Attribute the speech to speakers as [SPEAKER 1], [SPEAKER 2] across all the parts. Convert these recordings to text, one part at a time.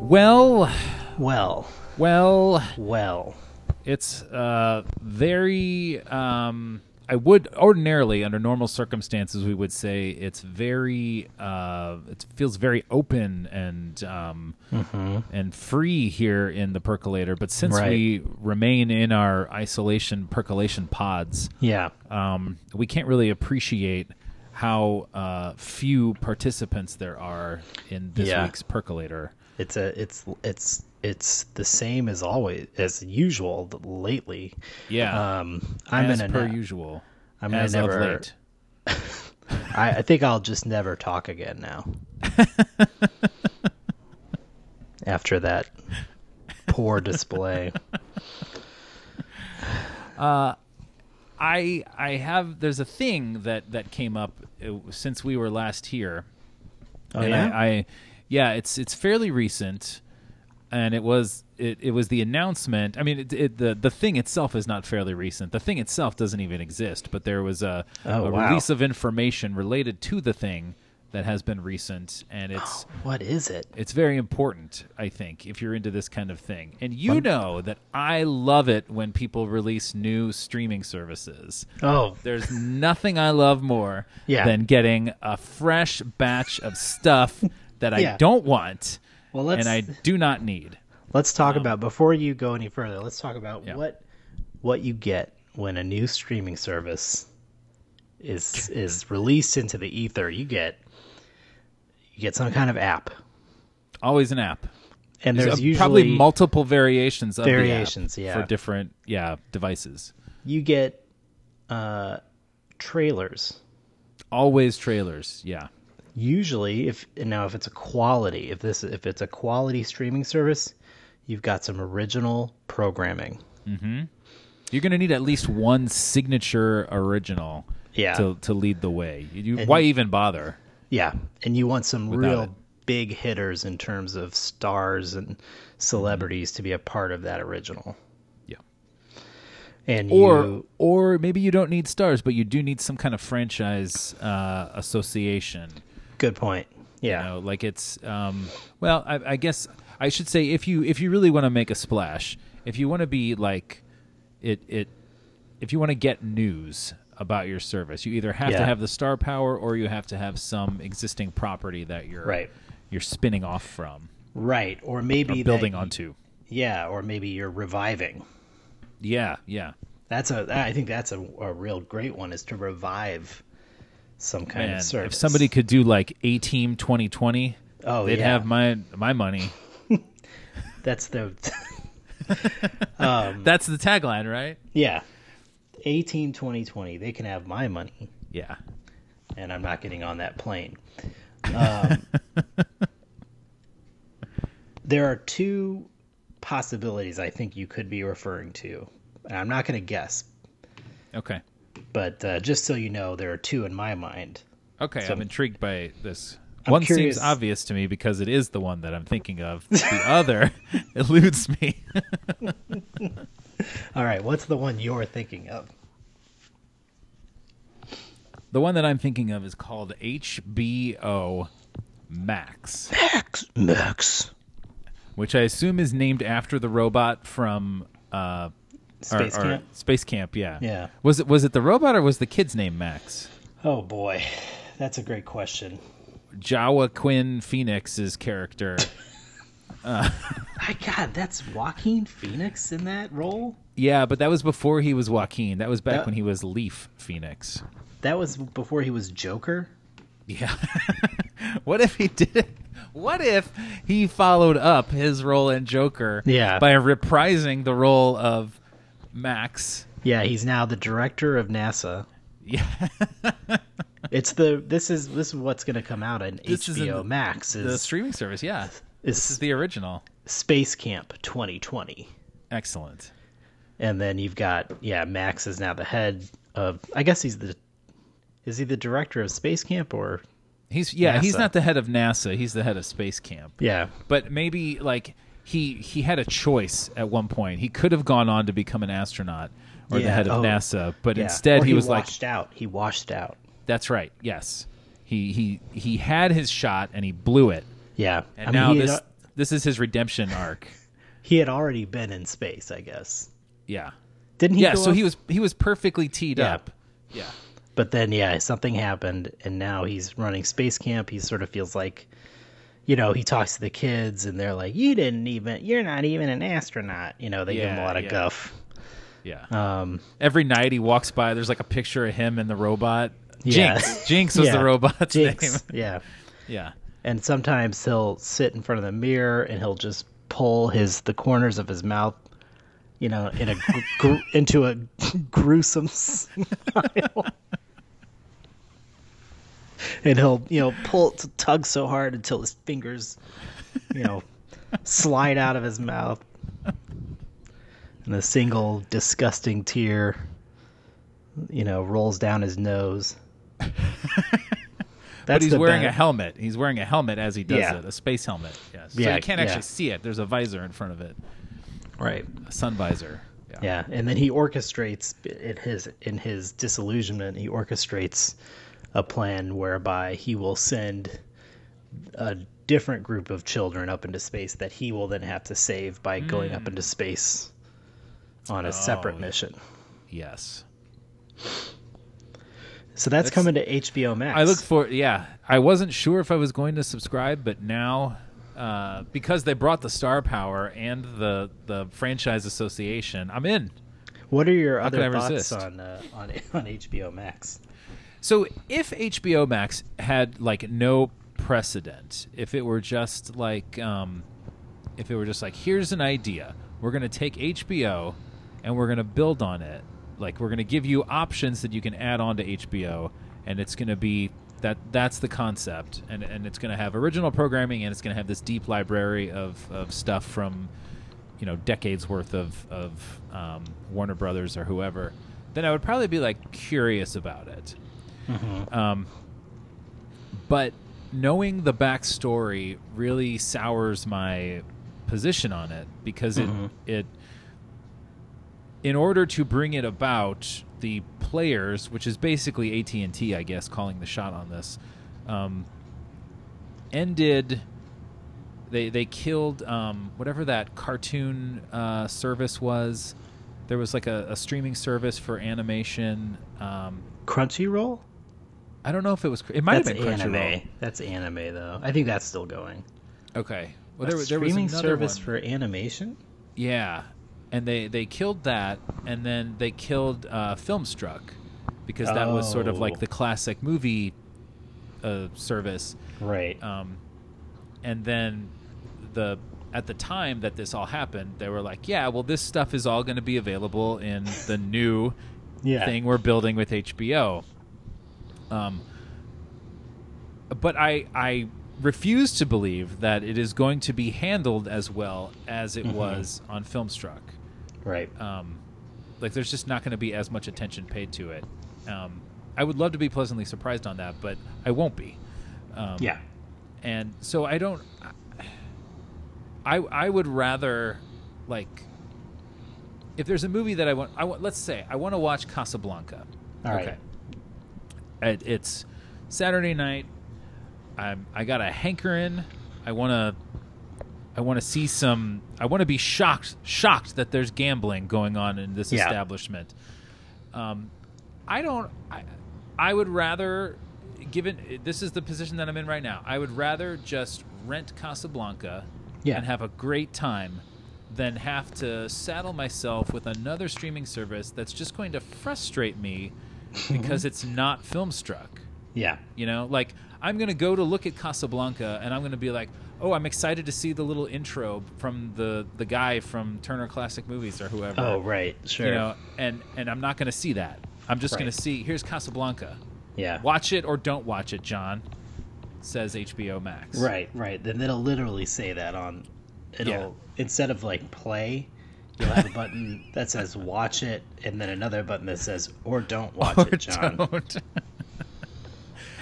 [SPEAKER 1] Well,
[SPEAKER 2] Well,
[SPEAKER 1] well,
[SPEAKER 2] well.
[SPEAKER 1] it's uh, very. Um, I would ordinarily, under normal circumstances, we would say it's very. Uh, it feels very open and um, and free here in the percolator. But since
[SPEAKER 2] Mm-hmm. Right.
[SPEAKER 1] we remain in our isolation percolation pods,
[SPEAKER 2] Yeah.
[SPEAKER 1] um, we can't really appreciate how uh, few participants there are in this
[SPEAKER 2] Yeah.
[SPEAKER 1] week's percolator.
[SPEAKER 2] It's a it's it's it's the same as always as usual lately.
[SPEAKER 1] Yeah,
[SPEAKER 2] Um I'm
[SPEAKER 1] Uh, as
[SPEAKER 2] gonna
[SPEAKER 1] per
[SPEAKER 2] ne-
[SPEAKER 1] usual.
[SPEAKER 2] I'm gonna
[SPEAKER 1] as
[SPEAKER 2] never-
[SPEAKER 1] of late.
[SPEAKER 2] I, I think I'll just never talk again now. After that poor display.
[SPEAKER 1] I I have there's a thing that that came up uh, since we were last here.
[SPEAKER 2] Oh,
[SPEAKER 1] and
[SPEAKER 2] yeah?
[SPEAKER 1] I, I yeah, it's it's fairly recent and it was it, it was the announcement. I mean, it, it, the the thing itself is not fairly recent. The thing itself doesn't even exist, but there was a,
[SPEAKER 2] Oh,
[SPEAKER 1] a
[SPEAKER 2] wow.
[SPEAKER 1] release of information related to the thing that has been recent and it's
[SPEAKER 2] What is it?
[SPEAKER 1] it's very important, I think, if you're into this kind of thing. And you know that I love it when people release new streaming services.
[SPEAKER 2] Oh,
[SPEAKER 1] There's nothing I love more
[SPEAKER 2] Yeah.
[SPEAKER 1] than getting a fresh batch of stuff that I
[SPEAKER 2] Yeah.
[SPEAKER 1] don't want
[SPEAKER 2] Well, let's-
[SPEAKER 1] and I do not need.
[SPEAKER 2] Let's talk about before you go any further. Let's talk about
[SPEAKER 1] Yeah.
[SPEAKER 2] what what you get when a new streaming service is is released into the ether. You get you get some kind of app,
[SPEAKER 1] Always an app.
[SPEAKER 2] and there's
[SPEAKER 1] Uh,
[SPEAKER 2] usually
[SPEAKER 1] probably multiple variations of the app
[SPEAKER 2] Variations, yeah.
[SPEAKER 1] for different yeah devices.
[SPEAKER 2] you get uh, trailers.
[SPEAKER 1] Always trailers, yeah.
[SPEAKER 2] Usually, if now if it's a quality, if this if it's a quality streaming service, you've got some original programming.
[SPEAKER 1] You're going to need at least one signature original
[SPEAKER 2] Yeah.
[SPEAKER 1] to, to lead the way. You, why even bother?
[SPEAKER 2] Yeah, and you want some
[SPEAKER 1] Without
[SPEAKER 2] real
[SPEAKER 1] it.
[SPEAKER 2] big hitters in terms of stars and celebrities to be a part of that original.
[SPEAKER 1] Yeah.
[SPEAKER 2] And
[SPEAKER 1] Or
[SPEAKER 2] you,
[SPEAKER 1] or maybe you don't need stars, but you do need some kind of franchise uh, association.
[SPEAKER 2] good point. Yeah.
[SPEAKER 1] You know, like it's um, well, I, I guess I should say if you if you really want to make a splash, if you want to be like it it, if you want to get news about your service, you either have to
[SPEAKER 2] Yeah.
[SPEAKER 1] have the star power or you have to have some existing property that you're
[SPEAKER 2] Right.
[SPEAKER 1] you're spinning off from,
[SPEAKER 2] Right. Or maybe
[SPEAKER 1] building
[SPEAKER 2] that,
[SPEAKER 1] onto.
[SPEAKER 2] Yeah, or maybe you're reviving.
[SPEAKER 1] Yeah, yeah.
[SPEAKER 2] That's a I think that's a, a real great one is to revive some kind
[SPEAKER 1] Man,
[SPEAKER 2] of service.
[SPEAKER 1] if somebody could do like A Team 2020,
[SPEAKER 2] Oh,
[SPEAKER 1] they'd
[SPEAKER 2] yeah.
[SPEAKER 1] have my my money.
[SPEAKER 2] that's the
[SPEAKER 1] That's the tagline, right?
[SPEAKER 2] yeah. 18 2020, they can have my money.
[SPEAKER 1] Yeah.
[SPEAKER 2] and I'm not getting on that plane. Um, there are two possibilities I think you could be referring to. And I'm not going to guess,
[SPEAKER 1] Okay.
[SPEAKER 2] but uh, just so you know, there are two in my mind.
[SPEAKER 1] Okay, I'm intrigued by this.
[SPEAKER 2] I'm
[SPEAKER 1] one
[SPEAKER 2] curious-
[SPEAKER 1] seems obvious to me because it is the one that I'm thinking of. The other eludes me.
[SPEAKER 2] All right, what's the one you're thinking of?
[SPEAKER 1] the one that I'm thinking of is called HBO Max,
[SPEAKER 2] Max. Max.
[SPEAKER 1] which I assume is named after the robot from uh, our-
[SPEAKER 2] Space
[SPEAKER 1] our-
[SPEAKER 2] Camp.
[SPEAKER 1] Space Camp, yeah.
[SPEAKER 2] Yeah.
[SPEAKER 1] Was it was it the robot or was the kid's name Max?
[SPEAKER 2] Oh boy, that's a great question.
[SPEAKER 1] Jawa Quinn Phoenix's character.
[SPEAKER 2] My God, that's Joaquin Phoenix in that role.
[SPEAKER 1] yeah, but that was before he was Joaquin. That was back
[SPEAKER 2] That-
[SPEAKER 1] when he was Leaf Phoenix.
[SPEAKER 2] That was before he was Joker.
[SPEAKER 1] Yeah. what if he did it? What if he followed up his role in Joker
[SPEAKER 2] Yeah.
[SPEAKER 1] by reprising the role of Max?
[SPEAKER 2] Yeah, he's now the director of NASA.
[SPEAKER 1] Yeah.
[SPEAKER 2] It's the this is this is what's going to come out on
[SPEAKER 1] This is in
[SPEAKER 2] HBO
[SPEAKER 1] the-
[SPEAKER 2] Max
[SPEAKER 1] The
[SPEAKER 2] is,
[SPEAKER 1] streaming service, yeah. This
[SPEAKER 2] is
[SPEAKER 1] is the original.
[SPEAKER 2] Space Camp 2020,
[SPEAKER 1] Excellent.
[SPEAKER 2] and then you've got yeah Max is now the head of I guess he's the is he the director of Space Camp or
[SPEAKER 1] He's yeah, he's
[SPEAKER 2] NASA.
[SPEAKER 1] not the head of NASA, he's the head of Space Camp.
[SPEAKER 2] yeah
[SPEAKER 1] But maybe like he he had a choice at one point. He could have gone on to become an astronaut or the
[SPEAKER 2] Yeah,
[SPEAKER 1] head of
[SPEAKER 2] oh,
[SPEAKER 1] NASA, but
[SPEAKER 2] yeah.
[SPEAKER 1] instead
[SPEAKER 2] Or
[SPEAKER 1] he, was like
[SPEAKER 2] washed out he washed out
[SPEAKER 1] That's right. Yes, he he he had his shot and he blew it.
[SPEAKER 2] yeah
[SPEAKER 1] And now
[SPEAKER 2] he had
[SPEAKER 1] this
[SPEAKER 2] al-
[SPEAKER 1] this is his redemption arc.
[SPEAKER 2] He had already been in space, I guess.
[SPEAKER 1] yeah,
[SPEAKER 2] Didn't he?
[SPEAKER 1] yeah.
[SPEAKER 2] go
[SPEAKER 1] So
[SPEAKER 2] up?
[SPEAKER 1] he was he was perfectly teed
[SPEAKER 2] Yeah.
[SPEAKER 1] up. Yeah,
[SPEAKER 2] But then, yeah, something happened, and now he's running space camp. He sort of feels like, you know, he talks to the kids, and they're like, "You didn't even, you're not even an astronaut." You know, they give him a
[SPEAKER 1] Yeah,
[SPEAKER 2] lot of
[SPEAKER 1] yeah.
[SPEAKER 2] guff.
[SPEAKER 1] yeah.
[SPEAKER 2] Um,
[SPEAKER 1] Every night he walks by, there's like a picture of him and the robot.
[SPEAKER 2] Yeah.
[SPEAKER 1] Jinx. Jinx was
[SPEAKER 2] Yeah.
[SPEAKER 1] the robot's name.
[SPEAKER 2] Jinx, yeah.
[SPEAKER 1] Yeah.
[SPEAKER 2] And sometimes he'll sit in front of the mirror, and he'll just pull his the corners of his mouth, you know, in a gr- gr- into a gruesome smile. and he'll you know pull tug so hard until his fingers you know slide out of his mouth and a single disgusting tear you know rolls down his nose
[SPEAKER 1] But
[SPEAKER 2] That's
[SPEAKER 1] he's
[SPEAKER 2] the
[SPEAKER 1] wearing
[SPEAKER 2] best-
[SPEAKER 1] a helmet. He's wearing a helmet as he does
[SPEAKER 2] Yeah.
[SPEAKER 1] it, a space helmet. Yes. so
[SPEAKER 2] Yeah,
[SPEAKER 1] you can't
[SPEAKER 2] yeah.
[SPEAKER 1] actually see it. There's a visor in front of it,
[SPEAKER 2] right
[SPEAKER 1] a sun visor.
[SPEAKER 2] Yeah, and then he orchestrates in his in his disillusionment. He orchestrates a plan whereby he will send a different group of children up into space that he will then have to save by going
[SPEAKER 1] Hmm.
[SPEAKER 2] up into space on a
[SPEAKER 1] Oh.
[SPEAKER 2] separate mission.
[SPEAKER 1] Yes.
[SPEAKER 2] So that's, coming to HBO Max.
[SPEAKER 1] I look for yeah. I wasn't sure if I was going to subscribe, but now uh, because they brought the star power and the the franchise association, I'm in.
[SPEAKER 2] what are your
[SPEAKER 1] could I
[SPEAKER 2] other thoughts
[SPEAKER 1] resist?
[SPEAKER 2] on, uh, on on HBO Max?
[SPEAKER 1] So if HBO Max had like no precedent, if it were just like, um, if it were just like, here's an idea, we're gonna take HBO and we're gonna build on it. Like we're gonna give you options that you can add on to HBO, and it's gonna be that that's the concept, and and it's gonna have original programming, and it's gonna have this deep library of of stuff from you know decades worth of of um, Warner Brothers or whoever, then I would probably be like curious about it. Um, but knowing the backstory really sours my position on it because it it in order to bring it about the players, which is basically AT and T, I guess, calling the shot on this, um, ended. They they killed um, whatever that cartoon uh, service was. There was like a, a streaming service for animation. Um,
[SPEAKER 2] Crunchyroll?
[SPEAKER 1] I don't know if it was. It might
[SPEAKER 2] that's
[SPEAKER 1] have been
[SPEAKER 2] anime.
[SPEAKER 1] Crunchyroll.
[SPEAKER 2] That's anime though. I think that's still going.
[SPEAKER 1] Okay. Well,
[SPEAKER 2] A
[SPEAKER 1] there, wa- there was
[SPEAKER 2] streaming
[SPEAKER 1] another
[SPEAKER 2] service
[SPEAKER 1] one.
[SPEAKER 2] for animation?
[SPEAKER 1] Yeah, and they they killed that, and then they killed uh, Filmstruck because that was sort of
[SPEAKER 2] Oh.
[SPEAKER 1] like the classic movie uh, service.
[SPEAKER 2] Right.
[SPEAKER 1] Um, and then the at the time that this all happened, they were like, "Yeah, well, this stuff is all going to be available in the new
[SPEAKER 2] Yeah.
[SPEAKER 1] thing we're building with HBO." Um, but I I refuse to believe that it is going to be handled as well as it was on Filmstruck.
[SPEAKER 2] Right.
[SPEAKER 1] Um, like, there's just not going to be as much attention paid to it. Um, I would love to be pleasantly surprised on that, but I won't be. Um,
[SPEAKER 2] yeah.
[SPEAKER 1] and so I don't. I I would rather like if there's a movie that I want. I want. Let's say I want to watch Casablanca.
[SPEAKER 2] All right.
[SPEAKER 1] It, it's Saturday night. I'm. I got a hankering. I want to. I want to see some. I want to be shocked. Shocked that there's gambling going on in this
[SPEAKER 2] Yeah.
[SPEAKER 1] establishment. Um, I don't. I, I would rather, given this is the position that I'm in right now, I would rather just rent Casablanca
[SPEAKER 2] Yeah.
[SPEAKER 1] and have a great time than have to saddle myself with another streaming service that's just going to frustrate me because it's not film struck.
[SPEAKER 2] Yeah.
[SPEAKER 1] You know, like I'm going to go to look at Casablanca and I'm going to be like, "Oh, I'm excited to see the little intro from the the guy from Turner Classic Movies or whoever."
[SPEAKER 2] Oh, right. Sure.
[SPEAKER 1] you know and and i'm not going to see that i'm just going
[SPEAKER 2] Right.
[SPEAKER 1] to see here's casablanca
[SPEAKER 2] yeah.
[SPEAKER 1] watch it or don't watch it john says hbo max
[SPEAKER 2] Right, right. Then it'll literally say that on. It'll instead of like play, you'll have a button that says watch it, and then another button that says or don't watch
[SPEAKER 1] or
[SPEAKER 2] it, John.
[SPEAKER 1] don't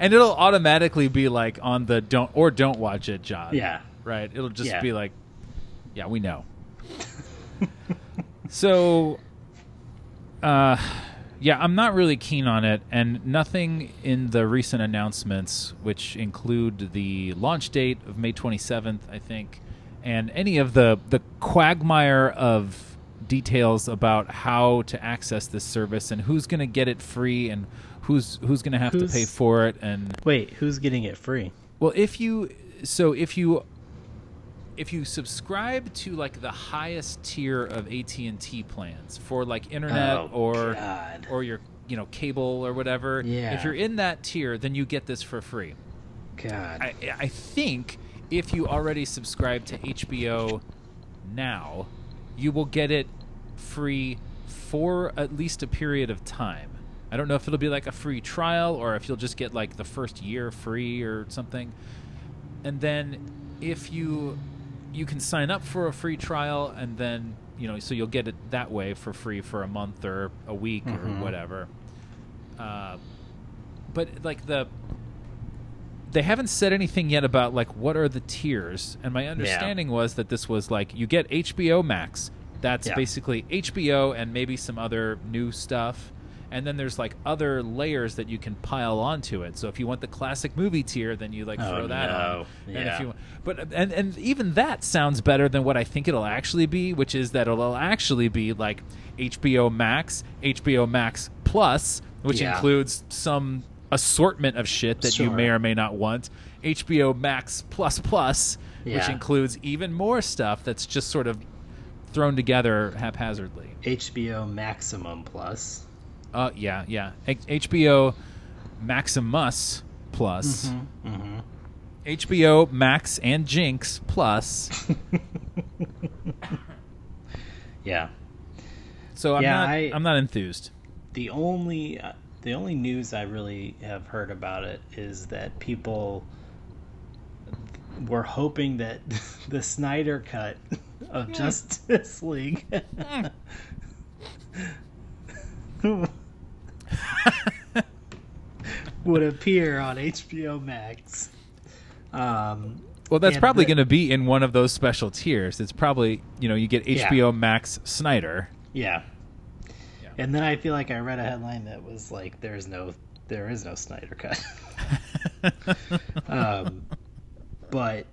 [SPEAKER 1] and it'll automatically be like on the don't or don't watch it john
[SPEAKER 2] Yeah.
[SPEAKER 1] right it'll just
[SPEAKER 2] Yeah.
[SPEAKER 1] be like yeah we know so uh yeah i'm not really keen on it and nothing in the recent announcements which include the launch date of may 27th i think and any of the the quagmire of details about how to access this service and who's going to get it free and who's who's going to have
[SPEAKER 2] Who's-
[SPEAKER 1] to pay for it and
[SPEAKER 2] Wait, who's getting it free?
[SPEAKER 1] well, if you so if you if you subscribe to like the highest tier of AT and T plans for like internet
[SPEAKER 2] Oh,
[SPEAKER 1] or
[SPEAKER 2] God.
[SPEAKER 1] or your you know cable or whatever,
[SPEAKER 2] Yeah.
[SPEAKER 1] if you're in that tier, then you get this for free.
[SPEAKER 2] God.
[SPEAKER 1] I, I think if you already subscribe to HBO now, you will get it free for at least a period of time. I don't know if it'll be like a free trial or if you'll just get like the first year free or something. And then if you you can sign up for a free trial and then, you know, so you'll get it that way for free for a month or a week
[SPEAKER 2] Mhm.
[SPEAKER 1] or whatever. Uh, but like the they haven't said anything yet about like what are the tiers and my understanding was that this was like you get hbo max that's
[SPEAKER 2] Yeah.
[SPEAKER 1] basically hbo and maybe some other new stuff and then there's like other layers that you can pile onto it so if you want the classic movie tier then you like
[SPEAKER 2] Oh,
[SPEAKER 1] throw that
[SPEAKER 2] no.
[SPEAKER 1] on and
[SPEAKER 2] Yeah.
[SPEAKER 1] if you but and and even that sounds better than what i think it'll actually be which is that it'll actually be like hbo max hbo max plus which
[SPEAKER 2] Yeah.
[SPEAKER 1] includes some assortment of shit that you
[SPEAKER 2] Sure.
[SPEAKER 1] may or may not want. HBO Max Plus Plus, which
[SPEAKER 2] Yeah.
[SPEAKER 1] includes even more stuff that's just sort of thrown together haphazardly.
[SPEAKER 2] HBO Maximum Plus.
[SPEAKER 1] Uh, yeah, yeah. H- HBO Maximus Plus,
[SPEAKER 2] Mm-hmm.
[SPEAKER 1] HBO Max and Jinx Plus.
[SPEAKER 2] Yeah.
[SPEAKER 1] So I'm
[SPEAKER 2] Yeah,
[SPEAKER 1] not,
[SPEAKER 2] I-
[SPEAKER 1] I'm not enthused.
[SPEAKER 2] The only uh, the only news I really have heard about it is that people were hoping that the Snyder cut of Justice League would appear on HBO Max. Um,
[SPEAKER 1] Well, that's
[SPEAKER 2] And
[SPEAKER 1] probably
[SPEAKER 2] the-
[SPEAKER 1] going to be in one of those special tiers. It's probably you know you get
[SPEAKER 2] Yeah.
[SPEAKER 1] HBO Max Snyder.
[SPEAKER 2] Yeah.
[SPEAKER 1] Yeah.
[SPEAKER 2] And then I feel like I read a headline that was like, "There's no, there is no Snyder cut." um, but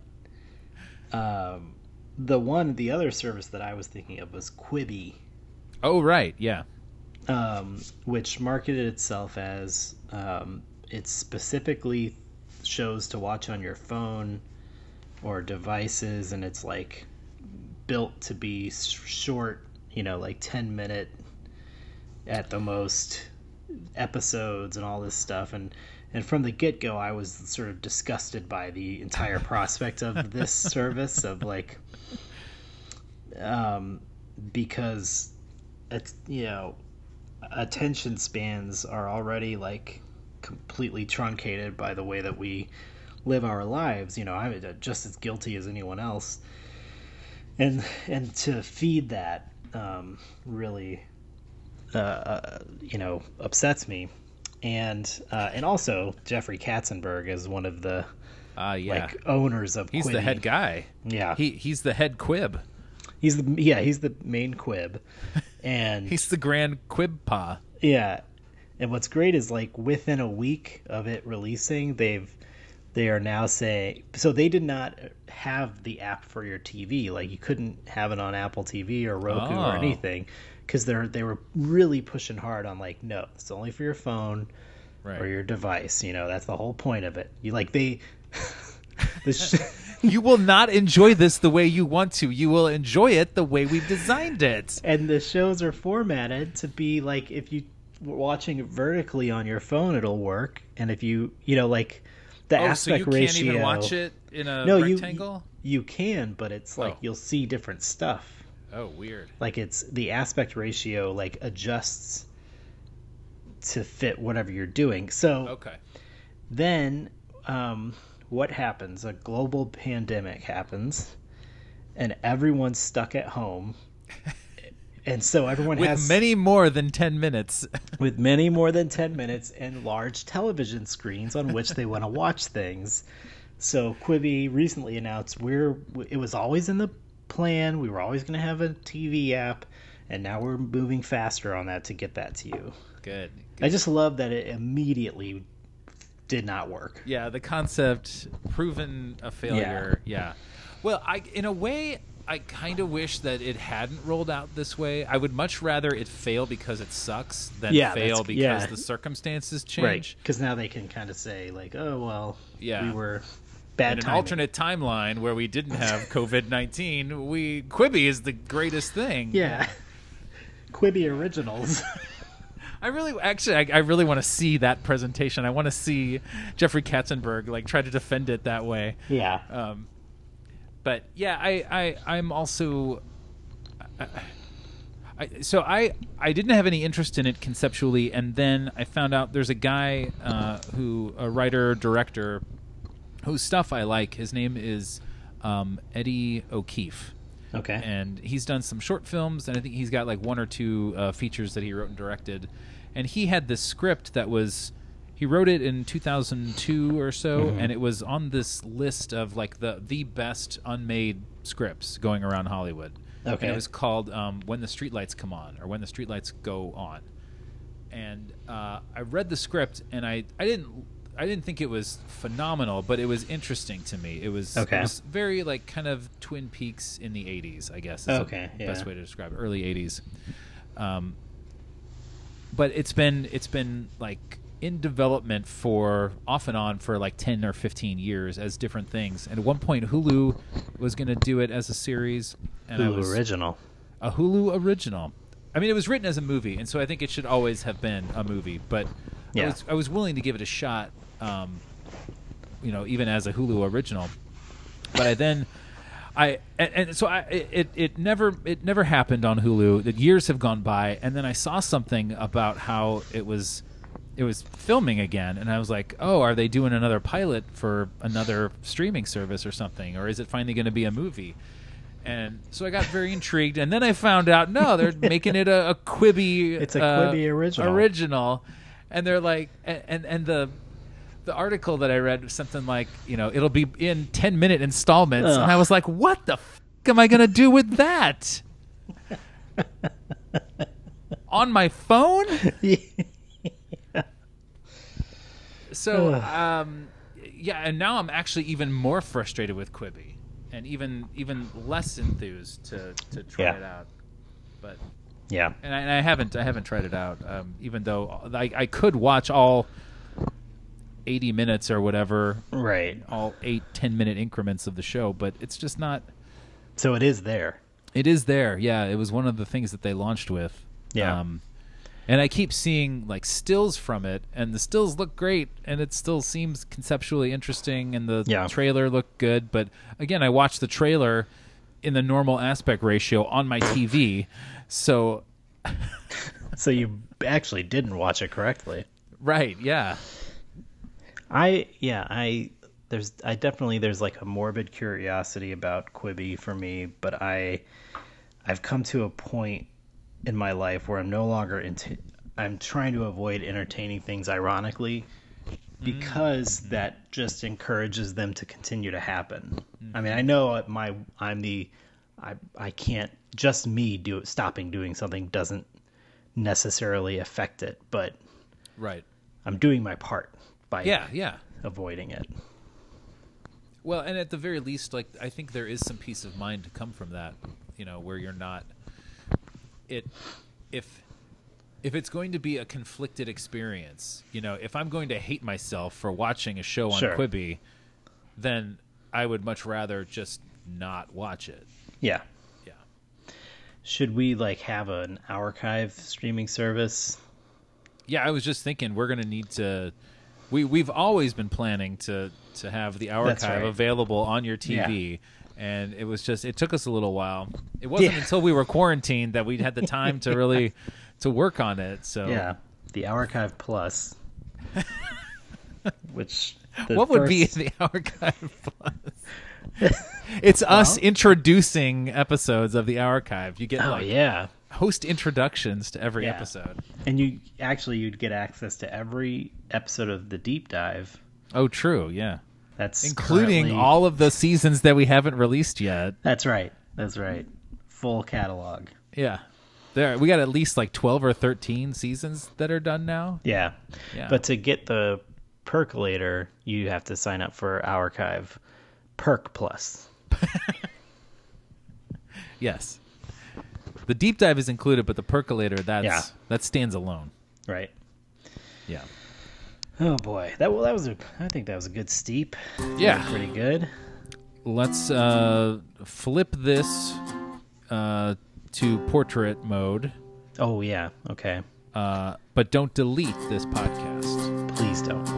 [SPEAKER 2] um, the one, the other service that I was thinking of was Quibi,
[SPEAKER 1] oh right, yeah.
[SPEAKER 2] um, which marketed itself as um, it's specifically shows to watch on your phone or devices, and it's like built to be s- short, you know, like 10 minute at the most episodes and all this stuff and and from the get-go I was sort of disgusted by the entire prospect of this service of like um because it's you know attention spans are already like completely truncated by the way that we live our lives you know I'm just as guilty as anyone else and and to feed that um, really uh, uh, you know upsets me and uh, and also Jeffrey Katzenberg is one of the
[SPEAKER 1] Uh, yeah.
[SPEAKER 2] like owners of
[SPEAKER 1] he's the
[SPEAKER 2] Quibi.
[SPEAKER 1] head guy.
[SPEAKER 2] yeah
[SPEAKER 1] He he's the head quib.
[SPEAKER 2] he's the yeah he's the main quib and
[SPEAKER 1] He's the grand quib pa.
[SPEAKER 2] Yeah. And what's great is like within a week of it releasing, they've they are now saying so they did not have the app for your TV. Like you couldn't have it on Apple TV or Roku
[SPEAKER 1] Oh.
[SPEAKER 2] or anything cuz they're they were really pushing hard on like no, it's only for your phone
[SPEAKER 1] Right.
[SPEAKER 2] or your device, you know, that's the whole point of it. You like they the sh-
[SPEAKER 1] you will not enjoy this the way you want to. You will enjoy it the way we've designed it.
[SPEAKER 2] and the shows are formatted to be like if you were watching it vertically on your phone it'll work and if you you know like the
[SPEAKER 1] Oh, so
[SPEAKER 2] aspect
[SPEAKER 1] you
[SPEAKER 2] ratio
[SPEAKER 1] can't even watch it in a
[SPEAKER 2] no
[SPEAKER 1] rectangle?
[SPEAKER 2] you you can but it's like
[SPEAKER 1] Oh.
[SPEAKER 2] you'll see different stuff
[SPEAKER 1] Oh, weird.
[SPEAKER 2] like it's the aspect ratio like adjusts to fit whatever you're doing so
[SPEAKER 1] Okay.
[SPEAKER 2] then um, what happens a global pandemic happens and everyone's stuck at home and so everyone
[SPEAKER 1] With
[SPEAKER 2] has
[SPEAKER 1] many more than 10 minutes.
[SPEAKER 2] with many more than 10 minutes and large television screens on which they want to watch things. So Quibi recently announced we're it was always in the plan, we were always going to have a TV app and now we're moving faster on that to get that to you.
[SPEAKER 1] Good.
[SPEAKER 2] I just love that it immediately did not work.
[SPEAKER 1] Yeah, the concept proven a failure. Yeah. Well, I in a way I kind of wish that it hadn't rolled out this way. I would much rather it fail because it sucks than
[SPEAKER 2] Yeah,
[SPEAKER 1] fail
[SPEAKER 2] that's-
[SPEAKER 1] because
[SPEAKER 2] yeah.
[SPEAKER 1] the circumstances
[SPEAKER 2] right?
[SPEAKER 1] change.
[SPEAKER 2] Because now they can kind of say like, "Oh well,
[SPEAKER 1] Yeah.
[SPEAKER 2] we were bad."
[SPEAKER 1] In an
[SPEAKER 2] timing.
[SPEAKER 1] alternate timeline where we didn't have COVID nineteen, we Quibi is the greatest thing.
[SPEAKER 2] yeah, Quibi originals.
[SPEAKER 1] I really, actually, I, I really want to see that presentation. I want to see Jeffrey Katzenberg like try to defend it that way.
[SPEAKER 2] yeah,
[SPEAKER 1] Um, but yeah, I, I I'm also. uh, I, I, so I I didn't have any interest in it conceptually, and then I found out there's a guy uh, who a writer director whose stuff I like. His name is um, Eddie O'Keefe,
[SPEAKER 2] okay,
[SPEAKER 1] and he's done some short films, and I think he's got like one or two uh, features that he wrote and directed. And he had this script that was he wrote it in 2002 or so,
[SPEAKER 2] Mm-hmm.
[SPEAKER 1] and it was on this list of like the the best unmade scripts going around Hollywood. and
[SPEAKER 2] Okay.
[SPEAKER 1] it was called um, "When the Streetlights Come On" or "When the Streetlights Go On." And uh, I read the script, and I I didn't. I didn't think it was phenomenal, but it was interesting to me. It was,
[SPEAKER 2] Okay.
[SPEAKER 1] it was very like kind of Twin Peaks in the '80s, I guess. Is the
[SPEAKER 2] Okay,
[SPEAKER 1] best
[SPEAKER 2] yeah.
[SPEAKER 1] way to describe it. early '80s. Um, but it's been it's been like in development for off and on for like 10 or 15 years as different things and at one point hulu was going to do it as a series and I
[SPEAKER 2] Hulu
[SPEAKER 1] was,
[SPEAKER 2] original.
[SPEAKER 1] a hulu original i mean it was written as a movie and so i think it should always have been a movie but
[SPEAKER 2] Yeah.
[SPEAKER 1] I, was, I was willing to give it a shot um, you know even as a hulu original but I then I and, and so I it it never it never happened on Hulu. The years have gone by, and then I saw something about how it was it was filming again, and I was like, oh, are they doing another pilot for another streaming service or something, or is it finally going to be a movie? And so I got very intrigued, and then I found out no, they're making it a, a Quibi.
[SPEAKER 2] It's a
[SPEAKER 1] uh,
[SPEAKER 2] Quibi original.
[SPEAKER 1] Original, and they're like, and and, and the the article that I read was something like, you know, it'll be in 10 minute installments.
[SPEAKER 2] Ugh.
[SPEAKER 1] And I was like, what the f am I going to do with that? On my phone? So, um, yeah, and now I'm actually even more frustrated with Quibi and even even less enthused to, to try
[SPEAKER 2] Yeah.
[SPEAKER 1] it out. But
[SPEAKER 2] yeah,
[SPEAKER 1] and I, and I haven't I haven't tried it out. Um, even though I, I could watch all 80 minutes or whatever
[SPEAKER 2] right.
[SPEAKER 1] all eight ten minute increments of the show but it's just not
[SPEAKER 2] So it is there.
[SPEAKER 1] it is there yeah it was one of the things that they launched with Um,
[SPEAKER 2] Yeah.
[SPEAKER 1] and i keep seeing like stills from it and the stills look great and it still seems conceptually interesting and the
[SPEAKER 2] Yeah.
[SPEAKER 1] trailer looked good but again i watched the trailer in the normal aspect ratio on my tv so
[SPEAKER 2] So you actually didn't watch it correctly.
[SPEAKER 1] right yeah
[SPEAKER 2] I yeah, I there's I definitely there's like a morbid curiosity about Quibi for me, but I I've come to a point in my life where I'm no longer into I'm trying to avoid entertaining things ironically because that just encourages them to continue to happen. I mean, I know at my I'm the I I can't just me do stopping doing something doesn't necessarily affect it, but
[SPEAKER 1] right
[SPEAKER 2] I'm doing my part by
[SPEAKER 1] yeah yeah
[SPEAKER 2] avoiding it.
[SPEAKER 1] Well, and at the very least, like I think there is some peace of mind to come from that, you know, where you're not it if if it's going to be a conflicted experience, you know, if I'm going to hate myself for watching a show on
[SPEAKER 2] Sure.
[SPEAKER 1] Quibi, then I would much rather just not watch it.
[SPEAKER 2] Yeah.
[SPEAKER 1] Yeah.
[SPEAKER 2] Should we like have an archive streaming service?
[SPEAKER 1] Yeah, I was just thinking we're going to need to we we've always been planning to to have the archive
[SPEAKER 2] That's right.
[SPEAKER 1] available on your TV. And it was just it took us a little while. It wasn't
[SPEAKER 2] Yeah.
[SPEAKER 1] until we were quarantined that we had the time to really to work on it. So
[SPEAKER 2] Yeah. The Archive Plus. Which the
[SPEAKER 1] what would be
[SPEAKER 2] first-
[SPEAKER 1] the archive plus? it's us introducing episodes of the archive. You get
[SPEAKER 2] Oh
[SPEAKER 1] like
[SPEAKER 2] yeah.
[SPEAKER 1] host introductions to every
[SPEAKER 2] Yeah.
[SPEAKER 1] episode.
[SPEAKER 2] And you actually you'd get access to every episode of the deep dive.
[SPEAKER 1] Oh, true. Yeah.
[SPEAKER 2] That's
[SPEAKER 1] Including
[SPEAKER 2] currently-
[SPEAKER 1] all of the seasons that we haven't released yet.
[SPEAKER 2] That's right. That's right. Full catalog.
[SPEAKER 1] Yeah. There we got at least like 12 or 13 seasons that are done now.
[SPEAKER 2] Yeah.
[SPEAKER 1] Yeah.
[SPEAKER 2] But to get the percolator, you have to sign up for Archive Perk Plus.
[SPEAKER 1] yes. The deep dive is included, but the percolator that's
[SPEAKER 2] Yeah.
[SPEAKER 1] that stands alone.
[SPEAKER 2] right?
[SPEAKER 1] Yeah.
[SPEAKER 2] Oh boy, that well, that was a. I think that was a good steep.
[SPEAKER 1] Yeah.
[SPEAKER 2] Pretty good.
[SPEAKER 1] Let's uh, flip this uh, to portrait mode,
[SPEAKER 2] Oh yeah. Okay.
[SPEAKER 1] uh, but don't delete this podcast.
[SPEAKER 2] Please don't.